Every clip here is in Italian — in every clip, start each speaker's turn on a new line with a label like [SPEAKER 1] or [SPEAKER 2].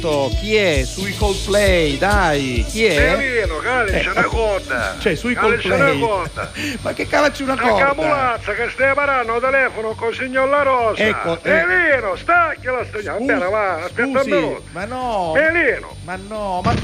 [SPEAKER 1] questo? Chi è? Sui Coldplay, dai, chi è?
[SPEAKER 2] Sereno, calice, una cotta.
[SPEAKER 1] Eh. Cioè, sui
[SPEAKER 2] Calice, una
[SPEAKER 1] Coldplay.
[SPEAKER 2] cotta.
[SPEAKER 1] Ma che cavacci una
[SPEAKER 2] Una
[SPEAKER 1] cosa?
[SPEAKER 2] camulazza che stai parlando al telefono con signor La Rosa.
[SPEAKER 1] Ecco, eh.
[SPEAKER 2] Elino, stacchi la stagna. Bene, va, aspetta un
[SPEAKER 1] Scusi,
[SPEAKER 2] minuto. Eh.
[SPEAKER 1] ma no,
[SPEAKER 2] Elino,
[SPEAKER 1] ma no, ma,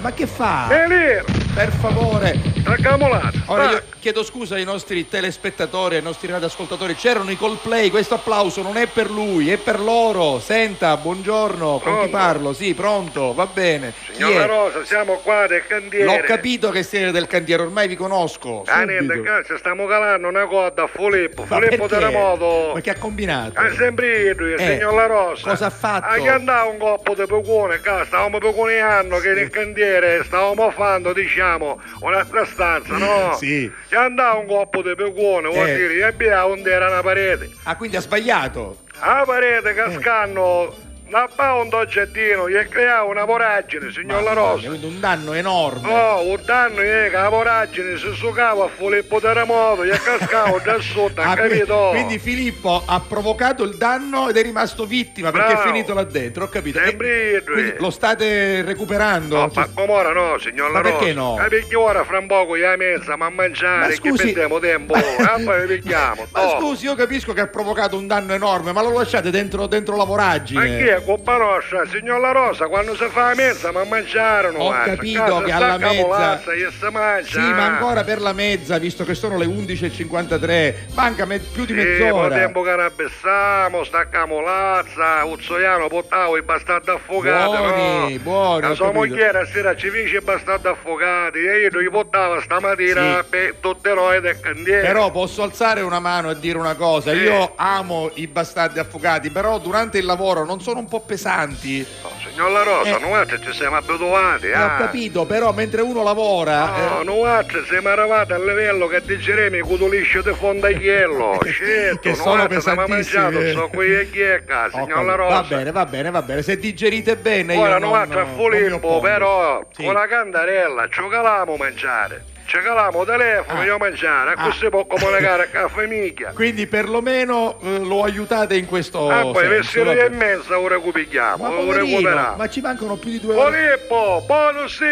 [SPEAKER 1] ma che fa?
[SPEAKER 2] Elino,
[SPEAKER 1] Per favore.
[SPEAKER 2] una camulazza.
[SPEAKER 1] Ora io
[SPEAKER 2] dai.
[SPEAKER 1] chiedo scusa ai nostri telespettatori, ai nostri radioascoltatori, c'erano i Coldplay, questo applauso non è per lui, è per loro. Senta, buongiorno, con chi
[SPEAKER 2] Pronto?
[SPEAKER 1] parlo? Sì, pronto, va bene. Chi
[SPEAKER 2] Signor La
[SPEAKER 1] è?
[SPEAKER 2] Rosa, siamo qua del candiere.
[SPEAKER 1] L'ho capito che siete del cantiere, ormai vi conosco.
[SPEAKER 2] Ah, niente,
[SPEAKER 1] subito.
[SPEAKER 2] cazzo, stiamo calando una cotta a Filippo.
[SPEAKER 1] Ma perché?
[SPEAKER 2] Filippo Terremoto.
[SPEAKER 1] Ma che ha combinato?
[SPEAKER 2] Ha Ah, sempre ido, il
[SPEAKER 1] Eh,
[SPEAKER 2] signor La Rosa.
[SPEAKER 1] cosa ha fatto?
[SPEAKER 2] Ha cantato un coppo di pecuone, ca, stavamo pecuone anno che nel cantiere stavamo fando, diciamo, un'altra stanza, no?
[SPEAKER 1] Sì.
[SPEAKER 2] Che andava un coppo di pecuone, vuol
[SPEAKER 1] Eh.
[SPEAKER 2] dire, e abbiamo onde era una parete.
[SPEAKER 1] Ah, quindi ha sbagliato.
[SPEAKER 2] La
[SPEAKER 1] Eh.
[SPEAKER 2] parete che scanno, la pa un oggettino, gli creava una voragine, signor La
[SPEAKER 1] Mamma mia,
[SPEAKER 2] Rosa. Oh,
[SPEAKER 1] quindi un danno enorme.
[SPEAKER 2] No, un danno è che la voragine si succava a Filippo Terremoto, gli cascavo da sotto, ha
[SPEAKER 1] Ah, quindi,
[SPEAKER 2] capito?
[SPEAKER 1] quindi Filippo ha provocato il danno ed è rimasto vittima perché è
[SPEAKER 2] Bravo.
[SPEAKER 1] finito là dentro, ho capito.
[SPEAKER 2] Sempre
[SPEAKER 1] E-
[SPEAKER 2] lui.
[SPEAKER 1] quindi lo state recuperando?
[SPEAKER 2] No,
[SPEAKER 1] Ci-
[SPEAKER 2] ma come ora no, signor
[SPEAKER 1] Ma
[SPEAKER 2] La Rosa.
[SPEAKER 1] perché no?
[SPEAKER 2] Eh, perché ora fra un poco è a mezza, ma a mangiare, che perdiamo eh, tempo. Ah, poi picchiamo.
[SPEAKER 1] Ma scusi, io capisco che ha provocato un danno enorme, ma lo lasciate dentro, dentro la voragine.
[SPEAKER 2] Ma chi è coppa nostra? Signor La Rosa, quando si fa la mezza, ma a mangiare non
[SPEAKER 1] Ho
[SPEAKER 2] mangia.
[SPEAKER 1] capito
[SPEAKER 2] Cazzo,
[SPEAKER 1] che
[SPEAKER 2] sta
[SPEAKER 1] alla
[SPEAKER 2] cavolazza,
[SPEAKER 1] mezza-
[SPEAKER 2] io si mangia. eh.
[SPEAKER 1] Sì, ma ancora per la mezza, visto che sono le 11.53, manca me- più di
[SPEAKER 2] Sì, ma
[SPEAKER 1] mezz'ora.
[SPEAKER 2] Eh, tempo che rabbessamo, staccamo lazza, Uzzoiano portavo i bastardi affogati,
[SPEAKER 1] Buoni,
[SPEAKER 2] no?
[SPEAKER 1] buoni, ho
[SPEAKER 2] La sua
[SPEAKER 1] capito.
[SPEAKER 2] mogliera sera ci fece i bastardi affogati e io gli portavo stamattina
[SPEAKER 1] Sì.
[SPEAKER 2] per tutte noi del candiere.
[SPEAKER 1] Però posso alzare una mano e dire una cosa,
[SPEAKER 2] Sì.
[SPEAKER 1] io amo i bastardi affogati, però durante il lavoro non sono un po' pesanti.
[SPEAKER 2] No, Signor La Rosa,
[SPEAKER 1] Eh.
[SPEAKER 2] noi altri ci siamo abituati,
[SPEAKER 1] Eh, ho
[SPEAKER 2] ah.
[SPEAKER 1] capito, però mentre uno lavora...
[SPEAKER 2] No,
[SPEAKER 1] eh,
[SPEAKER 2] noi altri siamo arrivati al livello che digeremo i cutulisci di fondagliello. certo,
[SPEAKER 1] che
[SPEAKER 2] noi
[SPEAKER 1] sono
[SPEAKER 2] altri abbiamo
[SPEAKER 1] pesantissimi. eh.
[SPEAKER 2] mangiato, so qui e chiecca,
[SPEAKER 1] ho
[SPEAKER 2] signor La
[SPEAKER 1] capito.
[SPEAKER 2] Rosa.
[SPEAKER 1] Va bene, va bene, va bene. Se digerite bene,
[SPEAKER 2] Ora
[SPEAKER 1] io
[SPEAKER 2] noi
[SPEAKER 1] non-
[SPEAKER 2] altri a
[SPEAKER 1] non mi
[SPEAKER 2] Fulimbo,
[SPEAKER 1] oppongo.
[SPEAKER 2] però,
[SPEAKER 1] Sì.
[SPEAKER 2] con la candarella, ci calamo mangiare. Ci calamo telefono,
[SPEAKER 1] Ah.
[SPEAKER 2] io mangiare,
[SPEAKER 1] Ah.
[SPEAKER 2] così può comunicare con la famiglia.
[SPEAKER 1] Quindi perlomeno eh, lo aiutate in questo
[SPEAKER 2] ah, poi
[SPEAKER 1] senso.
[SPEAKER 2] vestire
[SPEAKER 1] vabbè.
[SPEAKER 2] e mezza ora
[SPEAKER 1] Ma
[SPEAKER 2] recuperiamo, lo
[SPEAKER 1] poverino,
[SPEAKER 2] recuperiamo.
[SPEAKER 1] ma ci mancano più di due ore.
[SPEAKER 2] Filippo, buono sì,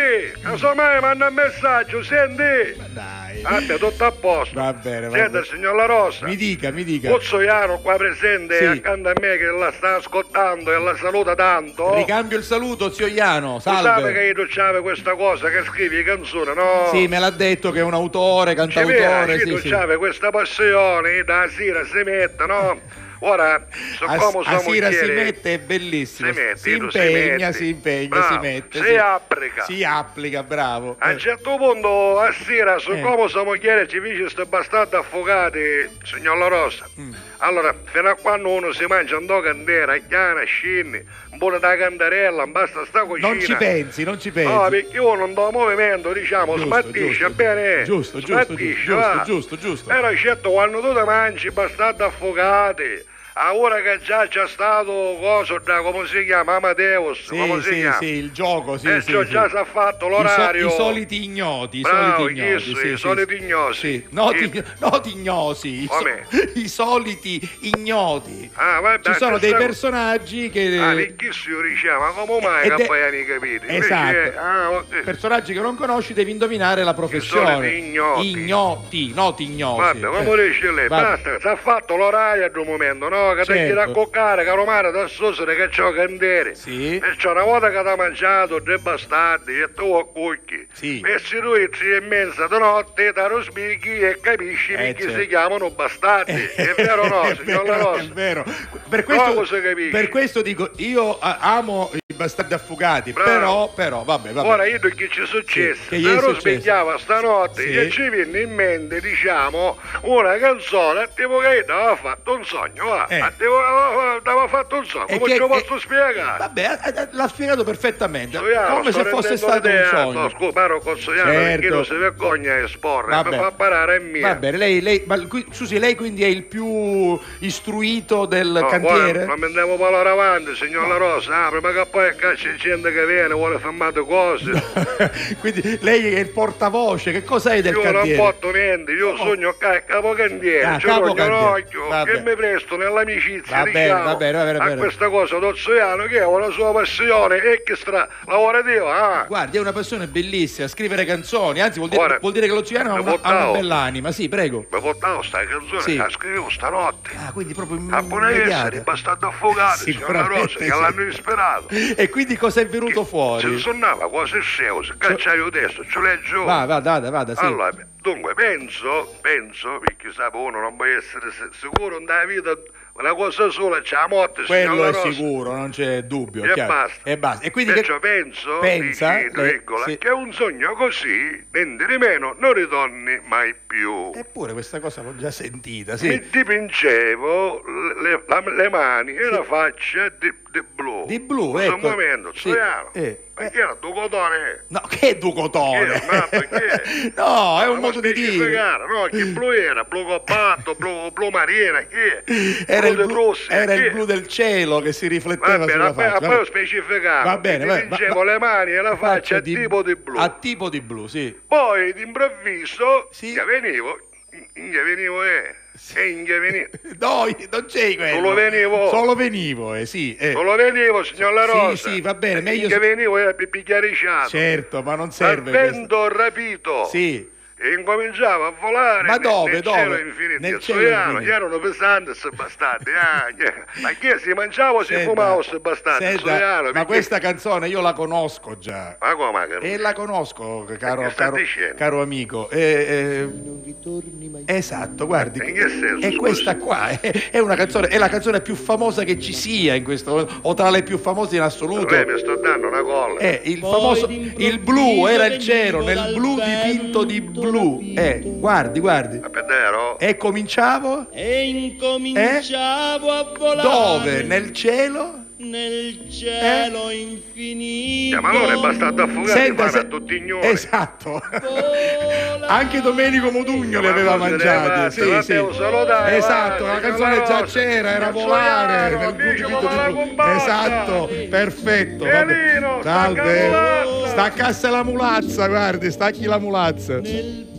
[SPEAKER 2] casomai manda un messaggio, senti.
[SPEAKER 1] Dai.
[SPEAKER 2] Abbia Ah, tutto a posto.
[SPEAKER 1] Va bene, va
[SPEAKER 2] Siete
[SPEAKER 1] bene.
[SPEAKER 2] il signor La Rosa.
[SPEAKER 1] Mi dica, mi dica.
[SPEAKER 2] Pozzoiano qua presente
[SPEAKER 1] Sì.
[SPEAKER 2] accanto a me che la sta ascoltando e la saluta tanto.
[SPEAKER 1] Ricambio il saluto, zio Iano.
[SPEAKER 2] Tu sai che
[SPEAKER 1] Salve.
[SPEAKER 2] io c'ave questa cosa che scrivi canzone, no?
[SPEAKER 1] Sì, me l'ha detto che è un autore,
[SPEAKER 2] C'è vera,
[SPEAKER 1] cantautore.
[SPEAKER 2] ci
[SPEAKER 1] Sì,
[SPEAKER 2] tu
[SPEAKER 1] sì.
[SPEAKER 2] c'ave questa passione, da sera si mette, no? Ora,
[SPEAKER 1] A-
[SPEAKER 2] siccome
[SPEAKER 1] a
[SPEAKER 2] siamo
[SPEAKER 1] Sira si
[SPEAKER 2] ieri-
[SPEAKER 1] mette è bellissimo.
[SPEAKER 2] Si mette,
[SPEAKER 1] si
[SPEAKER 2] Ido, si
[SPEAKER 1] impegna,
[SPEAKER 2] mette.
[SPEAKER 1] si impegna,
[SPEAKER 2] Bravo.
[SPEAKER 1] si mette.
[SPEAKER 2] Si
[SPEAKER 1] sì.
[SPEAKER 2] applica.
[SPEAKER 1] Si applica, bravo.
[SPEAKER 2] A
[SPEAKER 1] Eh.
[SPEAKER 2] un certo punto a sera su
[SPEAKER 1] Eh.
[SPEAKER 2] come sua moglie ci dice sta bastardo affogati, signor La Rosa.
[SPEAKER 1] Mm.
[SPEAKER 2] Allora, fino a quando uno si mangia un do candela, chiana, scinni, un buono da candarella, basta sta cucina.
[SPEAKER 1] Eh, Non ci pensi, non ci pensi.
[SPEAKER 2] No, perché uno un do movimento, diciamo,
[SPEAKER 1] Giusto,
[SPEAKER 2] smattisce,
[SPEAKER 1] giusto.
[SPEAKER 2] bene?
[SPEAKER 1] Giusto, giusto,
[SPEAKER 2] smattisce,
[SPEAKER 1] giusto,
[SPEAKER 2] va.
[SPEAKER 1] giusto, giusto.
[SPEAKER 2] Però certo, quando tu ti mangi bastardo affogati, a ora che già c'è stato, cosa, da, come si chiama, Amadeus,
[SPEAKER 1] Sì,
[SPEAKER 2] come si
[SPEAKER 1] sì,
[SPEAKER 2] chiama?
[SPEAKER 1] sì, il gioco, sì,
[SPEAKER 2] Eh,
[SPEAKER 1] sì,
[SPEAKER 2] già-
[SPEAKER 1] sì.
[SPEAKER 2] già s'è fatto
[SPEAKER 1] I so-
[SPEAKER 2] l'orario.
[SPEAKER 1] I, soliti ignoti, i
[SPEAKER 2] Bravo,
[SPEAKER 1] soliti ignoti.
[SPEAKER 2] chi
[SPEAKER 1] sì,
[SPEAKER 2] sono? I
[SPEAKER 1] sì,
[SPEAKER 2] soliti
[SPEAKER 1] sì.
[SPEAKER 2] ignosi.
[SPEAKER 1] Sì. No,
[SPEAKER 2] Chi?
[SPEAKER 1] ti- no, ti ignosi, i, so-
[SPEAKER 2] Come?
[SPEAKER 1] i soliti ignoti.
[SPEAKER 2] Ah, vabbè,
[SPEAKER 1] Ci sono dei
[SPEAKER 2] questa-
[SPEAKER 1] personaggi che...
[SPEAKER 2] Ah, ricchissimo diceva, ma come mai
[SPEAKER 1] Eh, Ed
[SPEAKER 2] che
[SPEAKER 1] è-
[SPEAKER 2] poi hai capito? Invece
[SPEAKER 1] Esatto.
[SPEAKER 2] è- ah, ok.
[SPEAKER 1] Personaggi che non conosci devi indovinare la professione.
[SPEAKER 2] soliti ignoti.
[SPEAKER 1] Ignoti, noti ignosi.
[SPEAKER 2] Vabbè, come
[SPEAKER 1] Eh.
[SPEAKER 2] dice lei,
[SPEAKER 1] Vabbè.
[SPEAKER 2] basta, si è fatto l'orario ad un momento, no? Che
[SPEAKER 1] Certo.
[SPEAKER 2] ti da coccare, caro Mara, da sussere che c'ho candere.
[SPEAKER 1] Sì.
[SPEAKER 2] Perciò una volta che ti mangiato due bastardi e tu a cucchi,
[SPEAKER 1] Sì.
[SPEAKER 2] e si lui tre e mezza di notte da rospicchi e capisci
[SPEAKER 1] Eh,
[SPEAKER 2] perché
[SPEAKER 1] certo.
[SPEAKER 2] si chiamano bastardi. eh, È vero o no,
[SPEAKER 1] È
[SPEAKER 2] signor La
[SPEAKER 1] vero,
[SPEAKER 2] Rosa?
[SPEAKER 1] È vero. Per questo,
[SPEAKER 2] Poco si capisce.
[SPEAKER 1] per questo dico, io ah, amo i bastardi affogati,
[SPEAKER 2] Bravo.
[SPEAKER 1] però, però, vabbè, vabbè.
[SPEAKER 2] Ora io che ci successe,
[SPEAKER 1] Sì, che
[SPEAKER 2] che
[SPEAKER 1] gli è
[SPEAKER 2] ero
[SPEAKER 1] successo?
[SPEAKER 2] svegliava stanotte
[SPEAKER 1] Sì.
[SPEAKER 2] e ci venne in mente, diciamo, una canzone tipo che io ti aveva fatto un sogno, va.
[SPEAKER 1] Eh.
[SPEAKER 2] A te aveva ti aveva fatto un sogno,
[SPEAKER 1] E
[SPEAKER 2] come
[SPEAKER 1] che-
[SPEAKER 2] ce lo
[SPEAKER 1] e-
[SPEAKER 2] posso spiegare?
[SPEAKER 1] Vabbè, eh, eh, l'ha spiegato perfettamente,
[SPEAKER 2] Soiano,
[SPEAKER 1] come
[SPEAKER 2] sto
[SPEAKER 1] se fosse
[SPEAKER 2] rendendo
[SPEAKER 1] stato un
[SPEAKER 2] l'idea. No,
[SPEAKER 1] sogno.
[SPEAKER 2] scusa, parlo con Soiano perché
[SPEAKER 1] Certo.
[SPEAKER 2] non si vergogna a esporre,
[SPEAKER 1] Vabbè.
[SPEAKER 2] mi fa parare in mia.
[SPEAKER 1] Va bene, lei, lei, ma qui- Susi, lei quindi è il più istruito del
[SPEAKER 2] No, guarda,
[SPEAKER 1] cantiere?
[SPEAKER 2] non andiamo parlare avanti, signor La Rosa, ah, prima che poi è che c'è gente che viene, vuole fermare cose.
[SPEAKER 1] Quindi lei è il portavoce, che cos'è del
[SPEAKER 2] io non
[SPEAKER 1] cantiere? Oh.
[SPEAKER 2] porto niente, io sogno ca- capocantiere,
[SPEAKER 1] Ah,
[SPEAKER 2] c'ho lo
[SPEAKER 1] capocantiere.
[SPEAKER 2] ginocchio,
[SPEAKER 1] Va
[SPEAKER 2] che
[SPEAKER 1] bene.
[SPEAKER 2] mi presto nell'amicizia,
[SPEAKER 1] Va bene,
[SPEAKER 2] diciamo,
[SPEAKER 1] va bene, va bene, va
[SPEAKER 2] a
[SPEAKER 1] bene.
[SPEAKER 2] questa cosa d'Ozzoiano che è una sua passione extra lavorativa. Ah.
[SPEAKER 1] Guardi, è una persona bellissima, scrivere canzoni, anzi vuol dire,
[SPEAKER 2] Guarda,
[SPEAKER 1] vuol dire che l'oceano ha
[SPEAKER 2] ne
[SPEAKER 1] una, ha
[SPEAKER 2] portavo.
[SPEAKER 1] una bell'anima, sì, prego.
[SPEAKER 2] Mi portavo sta canzone
[SPEAKER 1] Sì.
[SPEAKER 2] che la scrivevo stanotte.
[SPEAKER 1] Ah, quindi proprio
[SPEAKER 2] A buona
[SPEAKER 1] immediata.
[SPEAKER 2] essere, bastato affogare, signora
[SPEAKER 1] Sicuramente
[SPEAKER 2] Rosa, che
[SPEAKER 1] sì.
[SPEAKER 2] l'hanno disperato.
[SPEAKER 1] E quindi cosa è venuto
[SPEAKER 2] Se
[SPEAKER 1] fuori?
[SPEAKER 2] suonava quasi scemo, cacciaio destro, ce leggo.
[SPEAKER 1] Va, va, vada, vada, sì.
[SPEAKER 2] Allora, dunque, penso, penso, perché sa, uno non può essere se- sicuro nella vita, una cosa sola c'è la morte,
[SPEAKER 1] Quello
[SPEAKER 2] signora
[SPEAKER 1] è
[SPEAKER 2] Rosa.
[SPEAKER 1] sicuro, non c'è dubbio.
[SPEAKER 2] E
[SPEAKER 1] chiaro.
[SPEAKER 2] basta.
[SPEAKER 1] E basta. E quindi che-
[SPEAKER 2] Perciò penso,
[SPEAKER 1] pensa,
[SPEAKER 2] dici,
[SPEAKER 1] lei-
[SPEAKER 2] virgola,
[SPEAKER 1] sì.
[SPEAKER 2] che un sogno così, niente di meno, non ritorni mai più.
[SPEAKER 1] Eppure questa cosa l'ho già sentita, Eh, sì.
[SPEAKER 2] Mi dipingevo le, la- le mani e la faccia di, di blu.
[SPEAKER 1] Di blu,
[SPEAKER 2] In
[SPEAKER 1] ecco.
[SPEAKER 2] un momento,
[SPEAKER 1] Sì,
[SPEAKER 2] Zoiano,
[SPEAKER 1] eh,
[SPEAKER 2] perché era tuo cotone?
[SPEAKER 1] No, che è Ducotone?
[SPEAKER 2] Perché? Ma perché?
[SPEAKER 1] no, è
[SPEAKER 2] Ma
[SPEAKER 1] un modo di dire. Eh.
[SPEAKER 2] specificare, No, chi blu era? Blu coppato, blu, blu marina, chi è?
[SPEAKER 1] Era il,
[SPEAKER 2] de
[SPEAKER 1] blu,
[SPEAKER 2] Rossi,
[SPEAKER 1] era il
[SPEAKER 2] chi è?
[SPEAKER 1] blu del cielo che si
[SPEAKER 2] Va
[SPEAKER 1] rifletteva
[SPEAKER 2] bene,
[SPEAKER 1] sulla
[SPEAKER 2] vabbè,
[SPEAKER 1] faccia.
[SPEAKER 2] poi ho
[SPEAKER 1] vabbè.
[SPEAKER 2] specificato.
[SPEAKER 1] Va bene, va bene,
[SPEAKER 2] Ti Dicevo
[SPEAKER 1] va-
[SPEAKER 2] le mani e la faccia, tipo di blu.
[SPEAKER 1] A tipo di blu, sì.
[SPEAKER 2] Poi d'improvviso
[SPEAKER 1] Sì.
[SPEAKER 2] che venivo, che venivo eh, e che venivo.
[SPEAKER 1] No, non c'è quello.
[SPEAKER 2] Solo venivo.
[SPEAKER 1] Solo venivo, eh, sì. eh.
[SPEAKER 2] Non lo vedevo, signor La
[SPEAKER 1] Sì,
[SPEAKER 2] Rosa.
[SPEAKER 1] sì, va bene, meglio
[SPEAKER 2] Che
[SPEAKER 1] se-
[SPEAKER 2] venivo era per picchiariciato.
[SPEAKER 1] Certo, ma non
[SPEAKER 2] Dal
[SPEAKER 1] serve questo.
[SPEAKER 2] vento rapito.
[SPEAKER 1] Sì.
[SPEAKER 2] E incominciava a volare
[SPEAKER 1] Ma
[SPEAKER 2] nel-
[SPEAKER 1] dove,
[SPEAKER 2] nel
[SPEAKER 1] dove?
[SPEAKER 2] cielo infinito.
[SPEAKER 1] Nel
[SPEAKER 2] Io
[SPEAKER 1] cielo
[SPEAKER 2] so, erano-
[SPEAKER 1] infinito.
[SPEAKER 2] erano pesanti se bastardi. ah, che- ma chi si mangiava o si
[SPEAKER 1] Senta,
[SPEAKER 2] fumava se bastardi?
[SPEAKER 1] senta,
[SPEAKER 2] So, erano,
[SPEAKER 1] ma
[SPEAKER 2] perché-
[SPEAKER 1] questa canzone io la conosco già.
[SPEAKER 2] Ma come che
[SPEAKER 1] E la conosco, caro,
[SPEAKER 2] che sta
[SPEAKER 1] caro,
[SPEAKER 2] dicendo?
[SPEAKER 1] caro amico. Eh, eh, esatto, guardi.
[SPEAKER 2] In che senso,
[SPEAKER 1] È
[SPEAKER 2] scusi?
[SPEAKER 1] questa qua, è, è una canzone, è la canzone più famosa che ci sia in questo momento, o tra le più famose in assoluto.
[SPEAKER 2] Lei mi sto dando una colla.
[SPEAKER 1] Eh, il
[SPEAKER 3] Poi
[SPEAKER 1] famoso
[SPEAKER 3] d'improvviso
[SPEAKER 1] il blu era il
[SPEAKER 3] venivo
[SPEAKER 1] cielo, nel
[SPEAKER 3] dal
[SPEAKER 1] blu
[SPEAKER 3] vento
[SPEAKER 1] dipinto di blu. Eh,
[SPEAKER 3] rapito.
[SPEAKER 1] guardi, guardi.
[SPEAKER 2] Ma per vero?
[SPEAKER 1] E cominciavo
[SPEAKER 3] E incominciavo a
[SPEAKER 1] Eh? dove? Eh?
[SPEAKER 3] volare
[SPEAKER 1] Nel cielo?
[SPEAKER 3] nel cielo infinito.
[SPEAKER 2] Eh, ma allora è bastato affogare di
[SPEAKER 1] Senta,
[SPEAKER 2] mano
[SPEAKER 1] se-
[SPEAKER 2] a tutti ignori.
[SPEAKER 1] Esatto. Anche Domenico Modugno le
[SPEAKER 2] Ma
[SPEAKER 1] aveva
[SPEAKER 2] non se ne
[SPEAKER 1] mangiate.
[SPEAKER 2] parte,
[SPEAKER 1] Sì,
[SPEAKER 2] vabbè,
[SPEAKER 1] sì.
[SPEAKER 2] un solo dai,
[SPEAKER 1] Esatto, la
[SPEAKER 2] vai, signora
[SPEAKER 1] canzone già
[SPEAKER 2] Rosa.
[SPEAKER 1] c'era, era
[SPEAKER 2] Cazzo
[SPEAKER 1] volare
[SPEAKER 2] Iaro,
[SPEAKER 1] nel blu
[SPEAKER 2] dice, ma
[SPEAKER 1] dipinto
[SPEAKER 2] la
[SPEAKER 1] di blu.
[SPEAKER 2] combatta!
[SPEAKER 1] Esatto, perfetto. vabbè.
[SPEAKER 2] Pianino, stacca la
[SPEAKER 1] Salve.
[SPEAKER 2] mulazza!
[SPEAKER 1] Staccasse la mulazza, guardi, stacchi la mulazza.
[SPEAKER 3] Nel